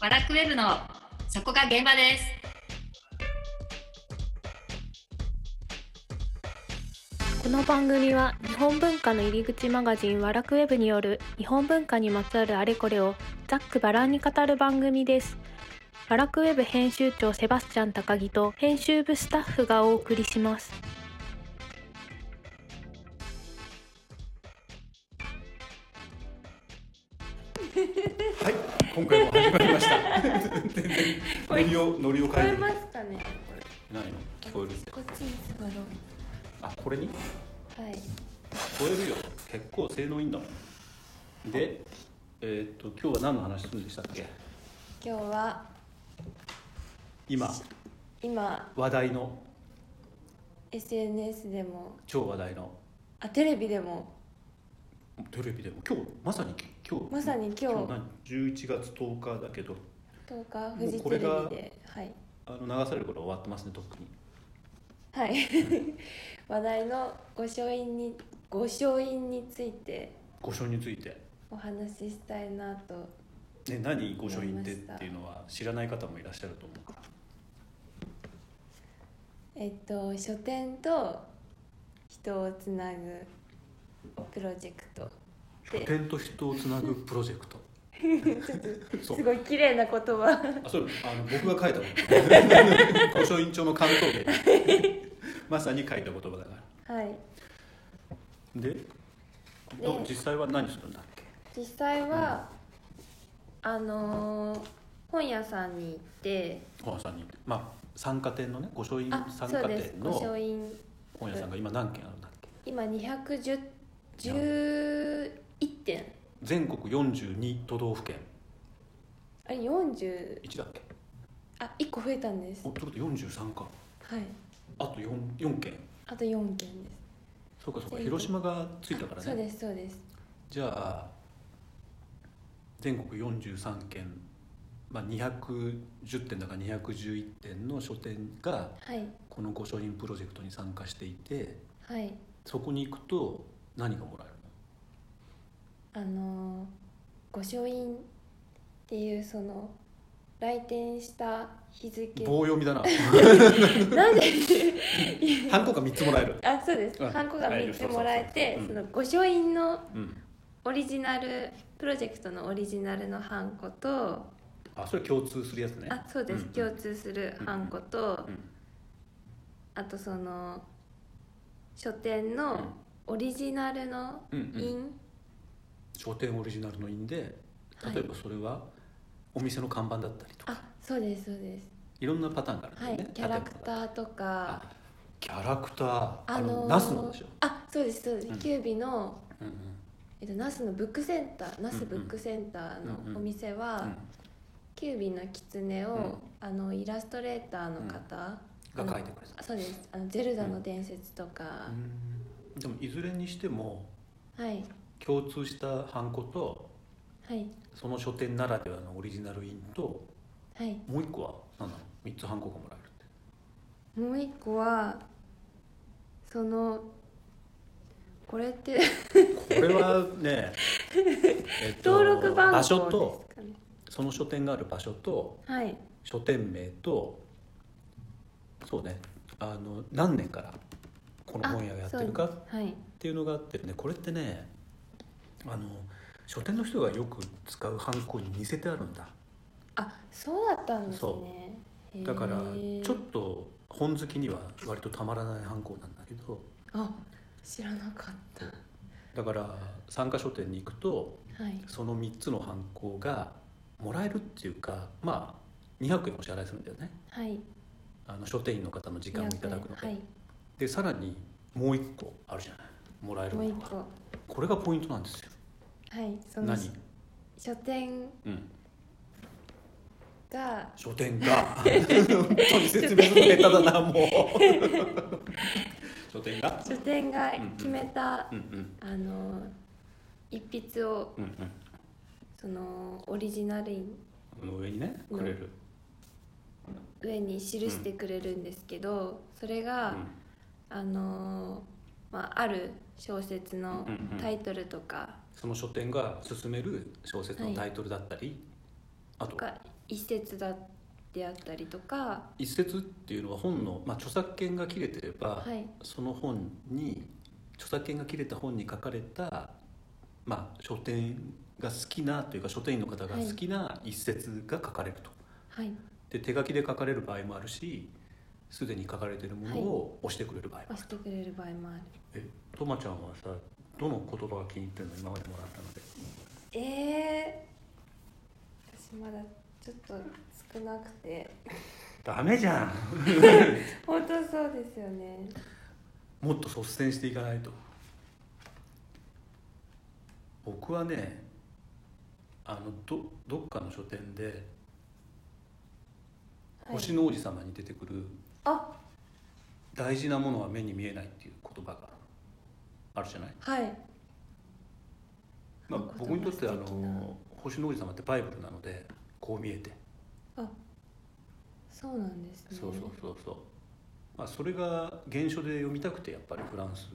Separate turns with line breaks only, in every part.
ワラクウェブのそこが現場です。
この番組は日本文化の入り口マガジンワラクウェブによる日本文化にまつわるあれこれをざっくばらんに語る番組です。ワラクウェブ編集長セバスチャン高木と編集部スタッフがお送りします。
はい、今回も始まりま した。全然ノリをノリを変え
す
てる。
かね。
何聞こえる？
こっちに座ろう。
あ、これに聞
はい。
こえるよ。結構性能いいんだもん。で、えーっと今日は何の話するんでしたっけ？
今日は
今
今
話題の
SNS でも
超話題の
あテレビでも
テレビでも今日まさに今日
まさに今日
今日何11月10日だけど
10
も
日フ
う
ジ
こ
テ
れ
レビ
が
ではい、
あの流される頃は終わってますねとっくに。
はい、 話題の御書院に御書院について
御書について。
お話ししたいなと
ね、何御書院ってっ
思いました
ていうのは知らない方もいらっしゃると思うから
えっと書店と人をつなぐプロジェクト
書店と人をつなぐプロジェク トそう
すごい綺麗な言葉
あ、そう、あの僕が書いたの。 古書院長の関東で。まさに書いた言葉だから。
はい
で、どう実際は何するんだっけ。
実際は、あのー本屋さんに行って
本屋さんに、まあ、参加店のね、古書院
あ
参
そう
加
です
店
御書
の
院
本屋さんが今何軒あるんだっけ。
今211点
全国42都道府県、
あれ40
1だっけ。
あ一1個増えたんです
お、ということ43か。
はい
あと4、4件。
あと4件です
そうか、そうか、
全国
広島がついたから
そう
ね。
ですそうです
じゃあ。全国43県、まあ、210点だから211点の書店が
はい
この御書院プロジェクトに参加していて
はい
そこに行くと何がもらえる
あのー御書院っていうその来店した日付
の棒読み だな
なんで
ハンコが3つもらえる、
あそうです
うん
ハンコが3つもらえて
そう
そ
そうそう
の御書院の
うん、
オリジナルプロジェクトのオリジナルのハンコと
あそれ共通するやつね
あそうです、
ん
共通するハンコと、
うん
あとその書店のオリジナルの
うんうん
印、
書店オリジナルの印で
はい
例えばそれはお店の看板だったりとか、
あそうですそうです
い、ろんなパターンがあるんだ
は
よ
い
ね、
キャラク
建物
タ
だ
ーとか
あキャラクターあ
あ
の
のー
ナスのでしょ、
あそうですそうです、
うん
キュービの、
うんうん
えっと、ナスのブックセンターナスブックセンター
うんうん
のお店は、
うん
キュービの狐を、
うん
あのイラストレーターの方、
が書いて
あ
くれた
のそうですあの「ゼルダの伝説」とか、
うんでもいずれにしても
はい
共通したハンコと
はい
その書店ならではのオリジナル印と
はい
もう一個は何なの3つハンコがもらえるって
もう一個はそのこれって
これは ね、えっと
登録番号
場
ですか、
所
ね、
とその書店がある場所と
はい
書店名とそうねあの何年からこの本屋がやってるかっ
そうはい
ていうのがあってねこれってねあの書店の人がよく使うハンコに似せてあるんだ
あそうだったんです
そ
ね
だから
へえ
ちょっと本好きには割とたまらないハンコなんだけど
あ知らなかった
だから参加書店に行くと
はい
その3つのハンコがもらえるっていうかまあ200円お支払いするんだよね
はい
あの書店員の方の時間をいただくので,、
はい
でさらにもう1個あるじゃないもらえる
もう
も
一
の
個
が
は
これがポイントなんですよ
いその
何、
書店
うん、
が
書店 が本当に説明するの下手だなもう書店が
書店が
うんうん
決めた、
うんうん
あの一筆を
うんうん
そのオリジナル印
この上にねくれる、
上に記してくれるんですけど、それが、
うん
あのーまあ、ある小説の
うんうん
タイトルとか
その書店が進める小説のタイトルだったり、あと
が一節だであったりとか、
一節っていうのは本の、まあ、著作権が切れてれば、
はい、
その本に著作権が切れた本に書かれた、まあ、書店が好きなというか書店員の方が好きな一節が書かれると、
はい、
で手書きで書かれる場合もあるしすでに書かれてるものを押してくれる場合もある
押してくれる場合もある。
えとまちゃんはさどの言葉が気に入ってるの今までもらったので
えー、私まだちょっと少なくて、
ダメじゃん
本当そうですよね。
もっと率先していかないと僕はねあのどどっかの書店で「
はい、
星の王子様」に出てくる
あ、
「大事なものは目に見えない」っていう言葉があるじゃない、
はい、
まあ
言葉、
僕にとってあ
素敵な
の星の王子様ってバイブルなのでこう見えて
あ、そうなんですね。
そうそうそうそう、まあ、それが原書で読みたくてやっぱりフランス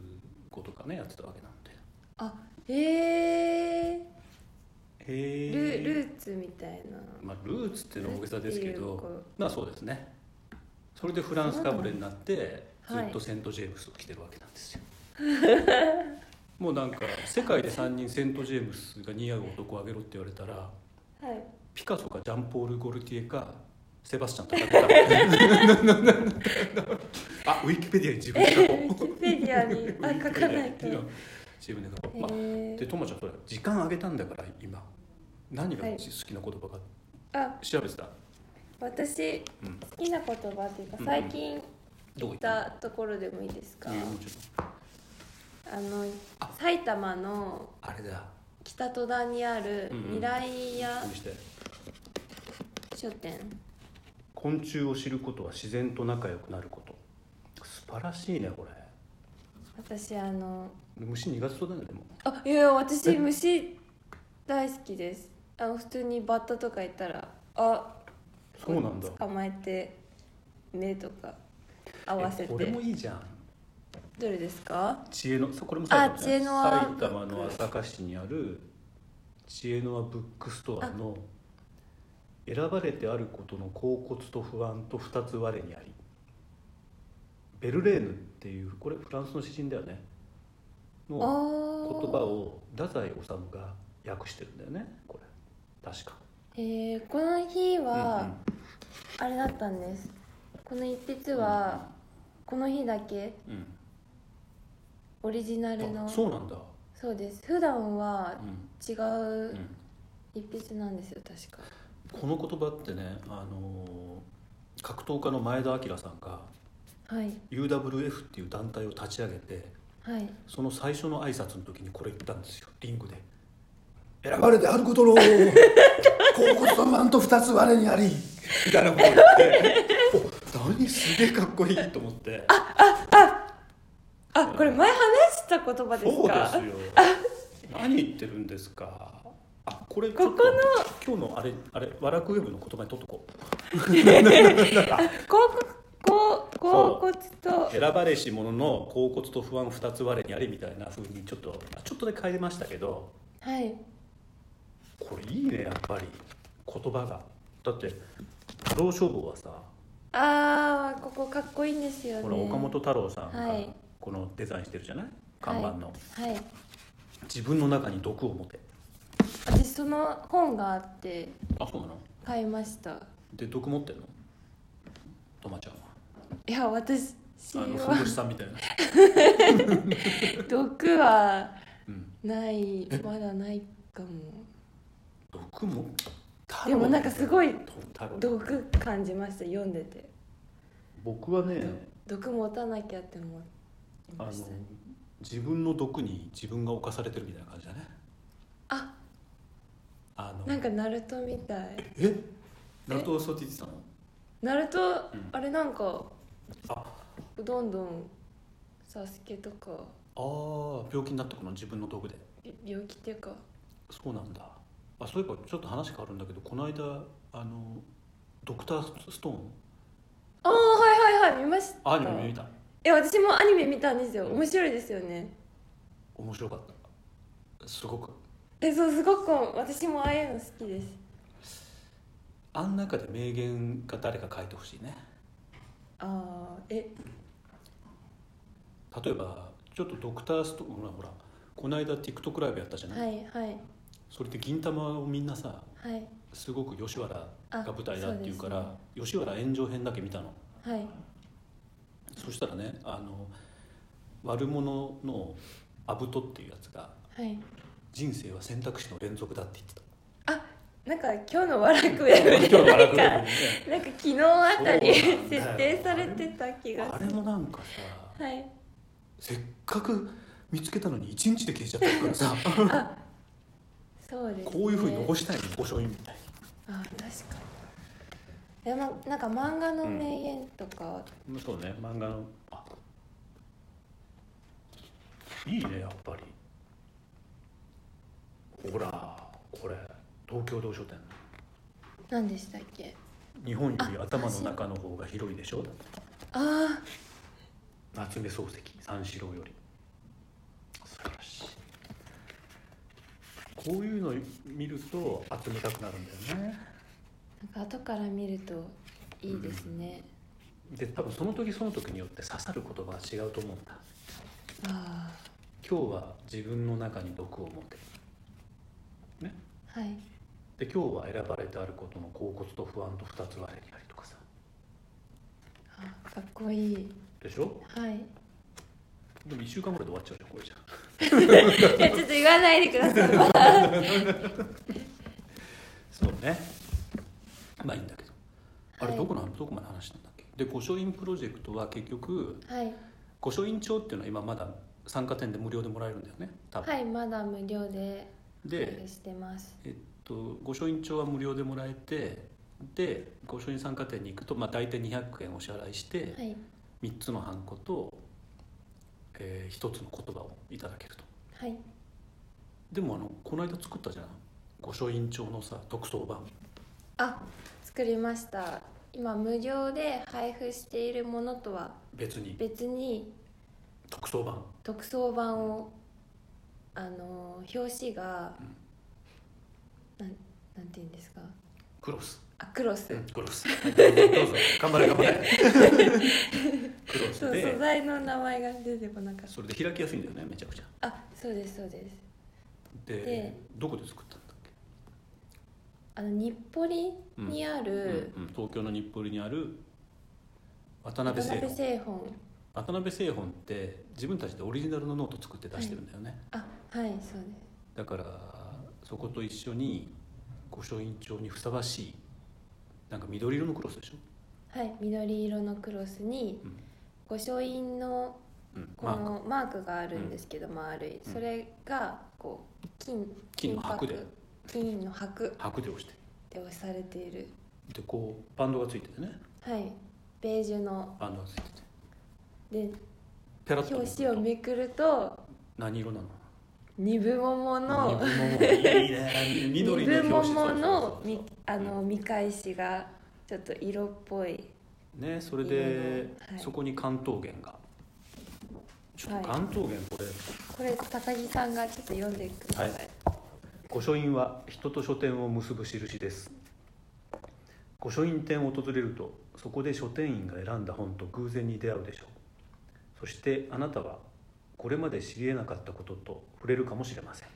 語とかねやってたわけなので
あ、え
へ
ー、ルルーツみたいな。
まあ、ルーツっていうのは大げさですけ
ルーツってい
ど
うか
まあそうですねそれでフランスかぶれになって
そ
ず
うなの
っとセント・ジェームスを着てるわけなんです よ、もうなんか世界で3人セント・ジェームスが似合う男をあげろって言われたら
はい。
ピカソかジャンポール・ゴルティエかセバスチャン高田か あウィキペディアに自分で書こう
ウィキペディアに あ書かないと。
自分で書こう、まあ、
え
で
ー、
ともちゃんほら時間あげたんだから今何が
はい
好きな言葉か
あ、
調べてた、
私
うん
好きな言葉っていうか
うん
最近
ど
行
こ行
っ
った
たところでもいいですか。
いやもうちょっと
あの
あ
埼玉の
あれだ
北戸田にある
うんうん
未来屋
こうして
書店。
昆虫を知ることは自然と仲良くなること素晴らしいねこれ
私あの
虫苦手そうだねでも
あいやいや私
え
虫大好きです。あの普通にバッタとかいたらあ
そうなんだ
捕まえて目とか合わせ
え
て
これもいいじゃん
どれですか？
知恵のそうこれも
あ
埼玉ね
知恵の輪
埼玉の朝霞市にある知恵の輪ブックストアの選ばれてあることの恍惚と不安と二つ我にありベルレーヌっていうこれフランスの詩人だよね
あ
の言
ー
葉を太宰治が訳してるんだよねこれ確か
えー、この日
うんう
は
ん
あれだったんです、この一筆はこの日だけ
う
オリジナル
ん、
の
あそうなんだ、
そうです普段は
うん
違
う、
うん一筆なんですよ確か
この言葉ってね、あのー格闘家の前田明さんが
はい
UWF っていう団体を立ち上げて
はい
その最初の挨拶の時にこれ言ったんですよリングで「選ばれてあることの 恍惚と不安と二つ我にあり」みたいなこと言って お何すげえかっこいいと思って
あこれ前話した言葉です
そうで
か
すよ何言ってるんですかあこれちょっと
ここ
今日のあれあれワラクウェブの言葉にとっとこう
広告こ
そ
う
う
こうこつと
選ばれし者の恍惚と不安二つ我にありみたいな風にちょっとちょっとで変えましたけど
はい
これいいねやっぱり言葉がだって不労消防はさ
あーここかっこいいんですよね
この岡本太郎さんが
はい
このデザインしてるじゃない看板の、
はい、はい、
自分の中に毒を持て
私その本があって
あそうなの
買いました
で毒持ってんのとまちゃんはい
や私
あのふ
は
んさんみたいな、
毒は
うん、
ないまだないかも
毒も
でもなんかすごい
太郎
毒感じました読んでて
僕はね
毒持たなきゃって思い
あの
ました
自分の毒に自分が侵されてるみたいな感じだね
あ
あの
なんかナルトみたい
えナルトソティって言って
ナルト
うん
あれなんか
たのあ
どんどんサスケとか
あー病気になったこの自分の毒で
び病気っていうか
そうなんだあそういえばちょっと話変わるんだけどこの間あのドクターストーン
ああはいはいはい見ました
アニメ見た
え私もアニメ見たんですよ
うん
面白いですよね
面白かったすごく
えそうすごく私もああいうの好きです
あん中で名言が誰か書いてほしいね
ああえ
例えばちょっとドクターストーンほらほらこの間 TikTok ライブやったじゃない、
はいはい
それで銀魂をみんなさ
はい
すごく吉原
あ
が舞台だっていうから
そう
吉原炎上編だけ見たの
はい
そしたらねあの悪者のアブトっていうやつが
はい
「人生は選択肢の連続だ」って言ってた
あなんか今日のワラクウェブで
今日の
な
笑
ん
く
か
れるね
なんか昨日あたり
そうなんだよ
設定されてた気が
あ
す
れ
る
もなんかさ
はい
せっかく見つけたのに1日で消えちゃったからさ
そうです、ね、
こういうふうに残
し
したいの御書院みたい
あ確かにでもなんか漫画の名言とか、
なそうね漫画のあいいねやっぱりほらこれ東京同書店
何でしたっけ
日本より頭の中の方が広いでしょ
あ
夏目漱石三四郎より素晴らしいこういうの見ると集めたくなるんだよね
あなんか後から見るといいですね、
で多分その時その時によって刺さる言葉は違うと思うんだ
あ
今日は自分の中に毒を持てね
あはい
で今日は選ばれてあることの恍惚と不安と二つ割れにありとかさ
あかっこいい
でしょ
はい
でも1週間ぐらいで終わっちゃうじゃんこれじゃ
いやちょっと言わないでくださいは
そうねまあいいんだけどあれ
はい
どこの、どこまで話したんだっけで御書院プロジェクトは結局
い
御書院帳っていうのは今まだ参加店で無料でもらえるんだよね多分、
はいまだ無料で配
で
布してます
えっと御書院帳は無料でもらえてで御書院参加店に行くと、まあ、大体200円お支払いして、
はい
3つのハンコと、え1つの言葉をいただけると
はい
でもあのこの間作ったじゃん御書院帳のさ特装版
あ作りました今無料で配布しているものとは
別に
別に
特装版
特装版をあの表紙が、なんなんて言うんですか
クロス
あクロス、
クロスはいどうぞ頑張れ 頑張れクロ
そ
ス
う素
で
材の名前が出てこなかっ
それで開きやすいんだよねめちゃくちゃ
たあそうですそうです
で
で
どこで作ったんだっけ
あの日暮里にある
うんうん東京の日暮里にある渡
渡
辺製
辺
本
製本
渡辺製本って自分たちでオリジナルのノート作って出してるんだよね、
あはいそうで
だからそこと一緒に御書院帳にふさわしいなんか緑色のクロスでしょ、
すはい緑色のクロスに
うん
御書印の
うん、
こ
マーク
のマークがあるんですけど丸い
うん
それがこう金
金の箔で
箔金の箔
白で押して
で押されている
でこうバンドがついててね
はいベージュの
バンドがついてて
で
ペラッと
表紙をめくると
何色なの
二分桃の
二分桃いい ね
二
緑の
分
表紙
桃の
そうそうそう
みあの見返しがちょっと色っぽい
ねそれで、
色のはい
そこに関東源がちょっと
はい
関東源これ、
これ高木さんがちょっと読んでください、
はい御書院は人と書店を結ぶ印です御書院店を訪れるとそこで書店員が選んだ本と偶然に出会うでしょうそしてあなたはこれまで知り得なかったことと触れるかもしれません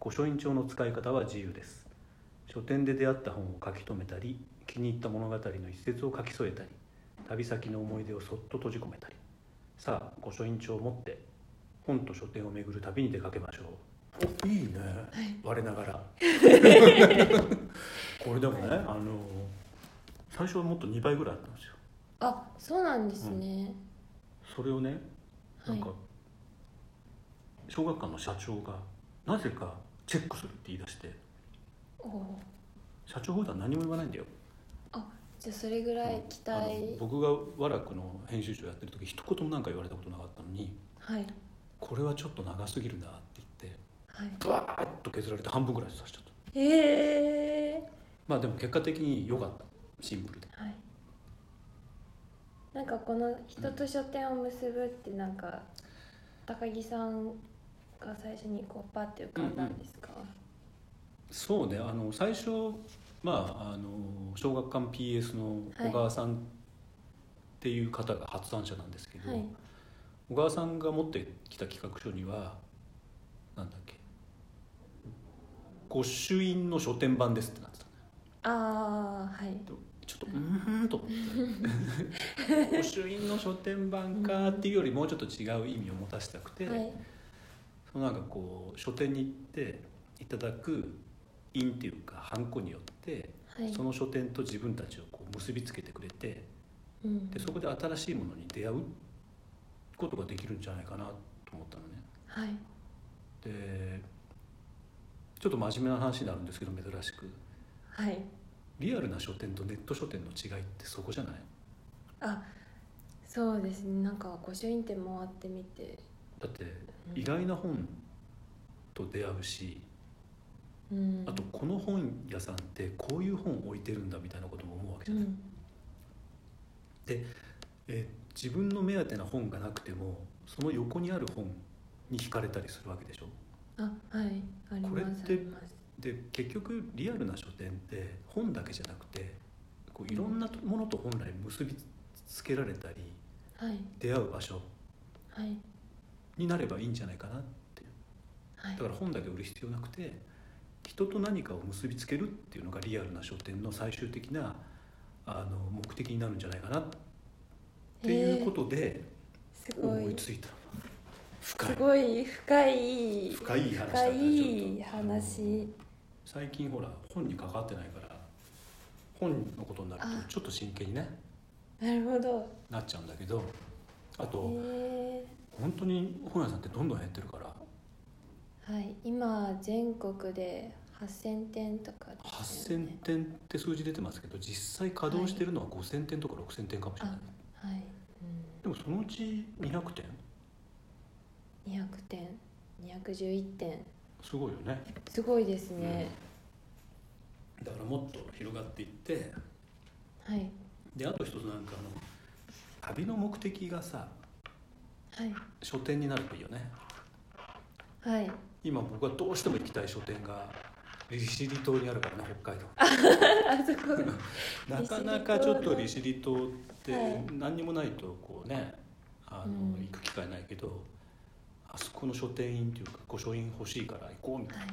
御書院帳の使い方は自由です書店で出会った本を書き留めたり気に入った物語の一節を書き添えたり旅先の思い出をそっと閉じ込めたりさあ御書院帳を持って本と書店を巡る旅に出かけましょういいね、我なが らこれでもねあの最初はもっと2倍ぐらいあったんですよ
あそうなんですね、
それをねな
は
ん
い
か小学館の社長がなぜかチェックするって言い出して
おおー
社長普段何も言わないんだよ
あじゃあそれぐらい期待、
あの僕が「和楽」の編集長やってる時一言もなんか言われたことなかったのに
はい
これはちょっと長すぎるなって言って
はい
ブワーッと削られて半分ぐらいさせちゃった
ええ
まあでも結果的に良かったシンプルで
はいなんかこの人と書店を結ぶってなんか高木さんが最初にこうパッて浮かんだんですか、
そうねあの最初まあ、あの小学館 PS の小川さんっていう方が発案者なんですけど、
はい
小川さんが持ってきた企画書にはなんだっけ「御朱印の書店版です」ってなってたのよ
ああはい
ちょっとうーんと思 って「御朱印の書店版か」っていうよりもうちょっと違う意味を持たせたくて、
はい
そのなんかこう書店に行っていただく印っていうかハンコによって、
はい
その書店と自分たちをこう結びつけてくれて
うん
でそこで新しいものに出会うことができるんじゃないかなと思ったのね。
はい
でちょっと真面目な話になるんですけど珍しく
はい
リアルな書店とネット書店の違いってそこじゃない
あそうですねなんか御朱印店回ってみて
だって意外な本と出会うし、
うん
あとこの本屋さんってこういう本置いてるんだみたいなことも思うわけじ
う
ゃない、
ん
えー自分の目当てな本がなくてもその横にある本に惹かれたりするわけでしょ
あはいあります
これって
あります
で結局リアルな書店って本だけじゃなくてこういろんなものと本来結びつけられたり
はい
出会う場所
はい
になればいいんじゃないかなっていう
はい
だから本だけ売る必要なくて人と何かを結びつけるっていうのがリアルな書店の最終的なあの目的になるんじゃないかなっていうことで
すご
思い
い
ついたの、
す
深い
ごい深い
深い話だった
深
ね
い
ちょっ
話
と最近ほら本に関わってないから本のことになる
あ
とちょっと真剣にね
なるほど
なっちゃうんだけどあと
へ
本当に本屋さんってどんどん減ってるから
えはい今全国で8000点とかです
8,000
よね
点って数字出てますけど実際稼働してるのは5,000点とか6,000点かもしれない、
あはい、
でもそのうち200点
うん、200点211点
すごいよね
すごいですね、
だからもっと広がっていって
はい
であと一つなんかあの旅の目的がさ
はい
書店になるといいよね
はい
今僕はどうしても行きたい書店が利尻島にあるからね北海道
あそこ
なかなかちょっと
利
利尻島って
はい
何にもないとこうねあの、
うん
行く機会ないけどあそこの書店員っていうか御書院欲しいから行こうみたい
はい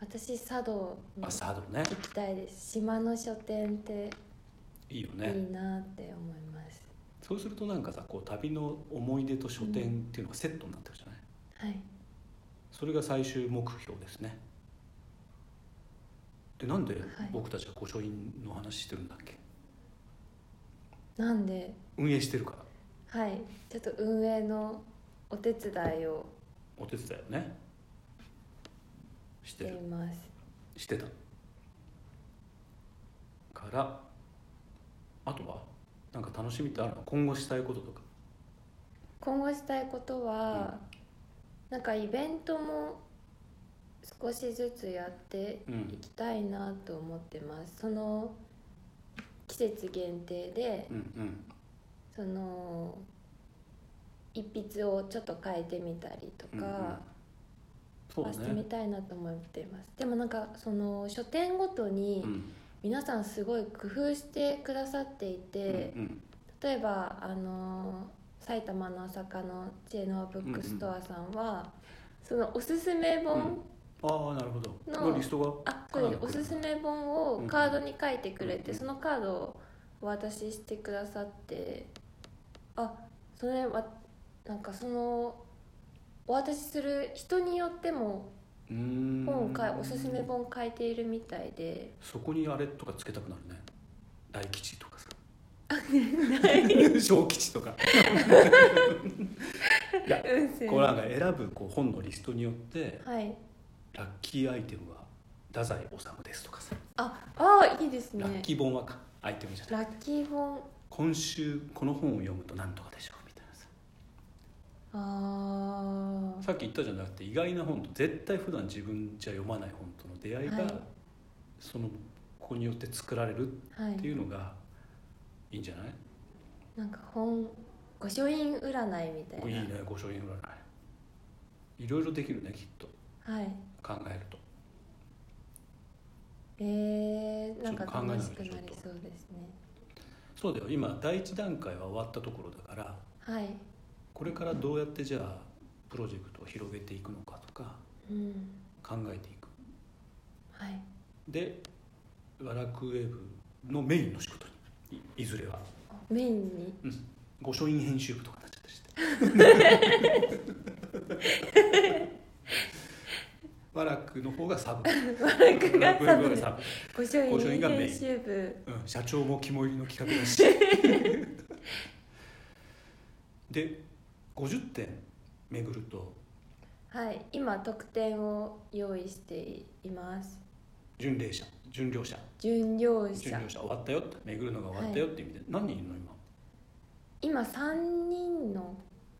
私佐渡に
な、
行
あ佐渡ね
きたいです島の書店って
いいよ
い
ね、
いなって思います、
そうするとなんかさこう旅の思い出と書店っていうのがセットになってるじゃない、
はい
それが最終目標ですねでなんで僕たちが御書院の話してるんだっけ、
なんで
運営してるから
はいちょっと運営のお手伝いを
お手伝いをねし
してて
る
います
してたからあとはなんか楽しみってあるの今後したいこととか
今後したいことは、なんかイベントも少しずつやって
う
い
ん
きたいなと思ってますその季節限定で
うんうん
その一筆をちょっと変えてみたりと
うんうん
か、
そう
は
だ
してみ
ね
たいなと思っています、でもなんかその書店ごとに
うん
皆さんすごい工夫してくださっていて、
うん
例えばあの埼玉の坂の知恵のブックストアさんは、そのおすすめ本、
うんああなるほど
の
のリストが
あこれおすすめ本をカードに書いてくれて、
うん
そのカードをお渡ししてくださってあそれはなんかそのお渡しする人によっても
うーん
本をかいおすすめ本書いているみたいで
そこにあれとかつけたくなるね大吉とかさ 小吉とかいや
うんす
こうなんか選ぶこう本のリストによって
はい
ラッキーアイテムは太宰治ですとかさ
ああーいいですね
ラッキー本はかアイテムじゃない
ラッキー本
今週この本を読むとなんとかでしょうみたいなさ
あー
さっき言ったじゃなくて意外な本と絶対普段自分じゃ読まない本との出会いが、
はい
そのここによって作られる
はい
っていうのがいいんじゃない、
なんか本御書印占いみたい
お
ない
いね御書印占いいろいろできるねきっと
はい
考えると
えーなんか
ちょっと考えない
楽
と
しく
ちょ
な
っ
り
と
そうですね
そうだよ今第一段階は終わったところだから
はい
これからどうやってじゃあプロジェクトを広げていくのかとか
うん
考えていく
はい
でワラクウェブのメインの仕事にいいずれは、
あメインに
うん、御書院編集部とかになっちゃったりして ワラクの方がサブ
ワラクが
ワ
サ
ラ
ブ
クが
で
サブ
御書
御書
院
院がメイン
編集部
うん、社長も肝入りの企画だ しで50点巡ると
はい今特典を用意しています
巡礼者巡領者
巡業
巡
者
領者終わったよって巡るのが終わったよって意味で、何人いるの今
今3人の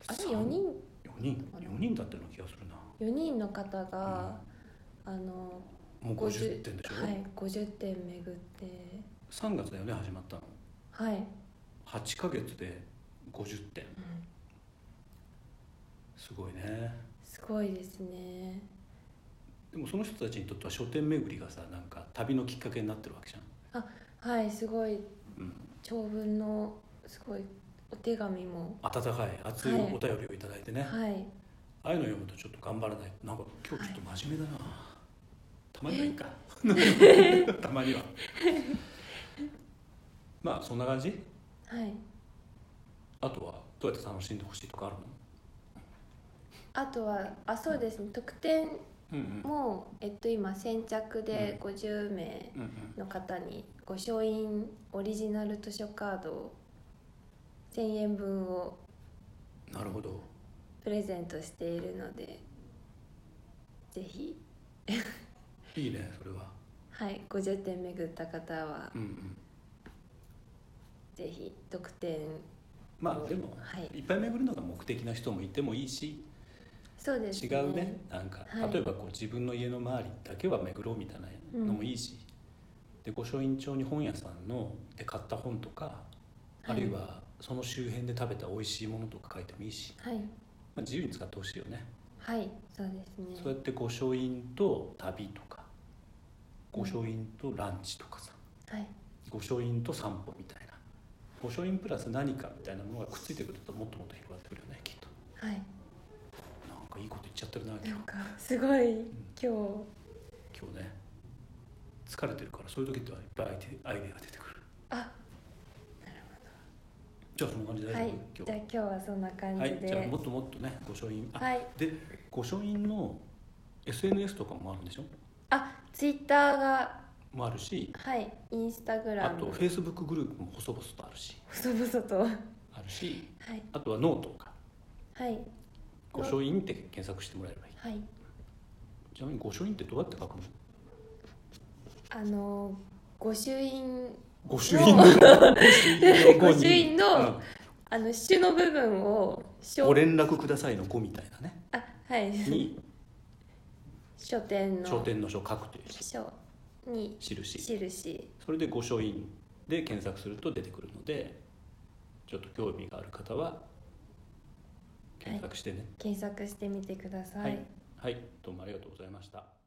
あれ
三
4人
4人
かな
4人だったような気がするな
4人の方が、あの
もう50点でしょ、
はい50点巡って
3月だよね始まったの
はい、
8ヶ月で50点すごいね
すごいですね
でもその人たちにとっては書店巡りがさなんか旅のきっかけになってるわけじゃ
はいすご
ん、
い
うん、
長文のすごいお手紙も
温かい熱いお便りをいただいてね、
はい
ああいうの読むとちょっと頑張らないなんか今日ちょっと真面目だな、たまにはいいか たまにはまあそんな感じ
はい
あとはどうやって楽しんでほしいとかあるの
あとはあそうですね特典
うん
も、えっと、今先着で50名
うんうん
の方に御書院オリジナル図書カードを1000円分を
うんなるほど
プレゼントしているのでぜひ
いいねそれは
はい50点巡った方は
うんうん
ぜひ特典
まあでも、
はい
いっぱい巡るのが目的な人もいてもいいし
そうです
違
ね
うねなんか、
はい
例えばこう自分の家の周りだけは巡ろうみたいなのもいいし、で御書院町に本屋さんので買った本とかあるいはその周辺で食べた美味しいものとか書いてもいいし、
はい
まあ、自由に使ってほしいよね、
はいそうですね
そうやって御書院と旅とか御書院とランチとかさ
はい
御書院と散歩みたいな御書院プラス何かみたいなものがくっついてくるともっともっと広がってくるよねきっと
はい
なんかいいこと言っちゃってるな今日
なんかすごい今日
今日ね疲れてるからそういう時ってはいっぱいアイデアイデアが出てくる
あ
じゃあそんな感じで大
は
丈夫、
い
今
じゃあ今日はそんな感
日
じ
はいじゃあも
で
っともっとね御書院あ、
はい
で御書院の SNS とかもあるんでしょ
あツイッターが
もあるし
はいインスタグ
あ
ラ
と
ム
フェイスブックグループも細々とあるし
細々とは
あるし
い
あとはノートとか
はい
「御書院」って検索してもらえればいい
はい
ちなみに御書院ってどうやって書くの
あの御朱印
御朱印 の御
御朱印の
うん
あの朱の部分を書
ご連絡くださいの「ご」みたいなね
あはい
に
書店の
書店の書を書くという字
書に
印
印
それで御書院で検索すると出てくるのでちょっと興味がある方は検索してね
検索してみてくださ
はい
い
はい、どうもありがとうございました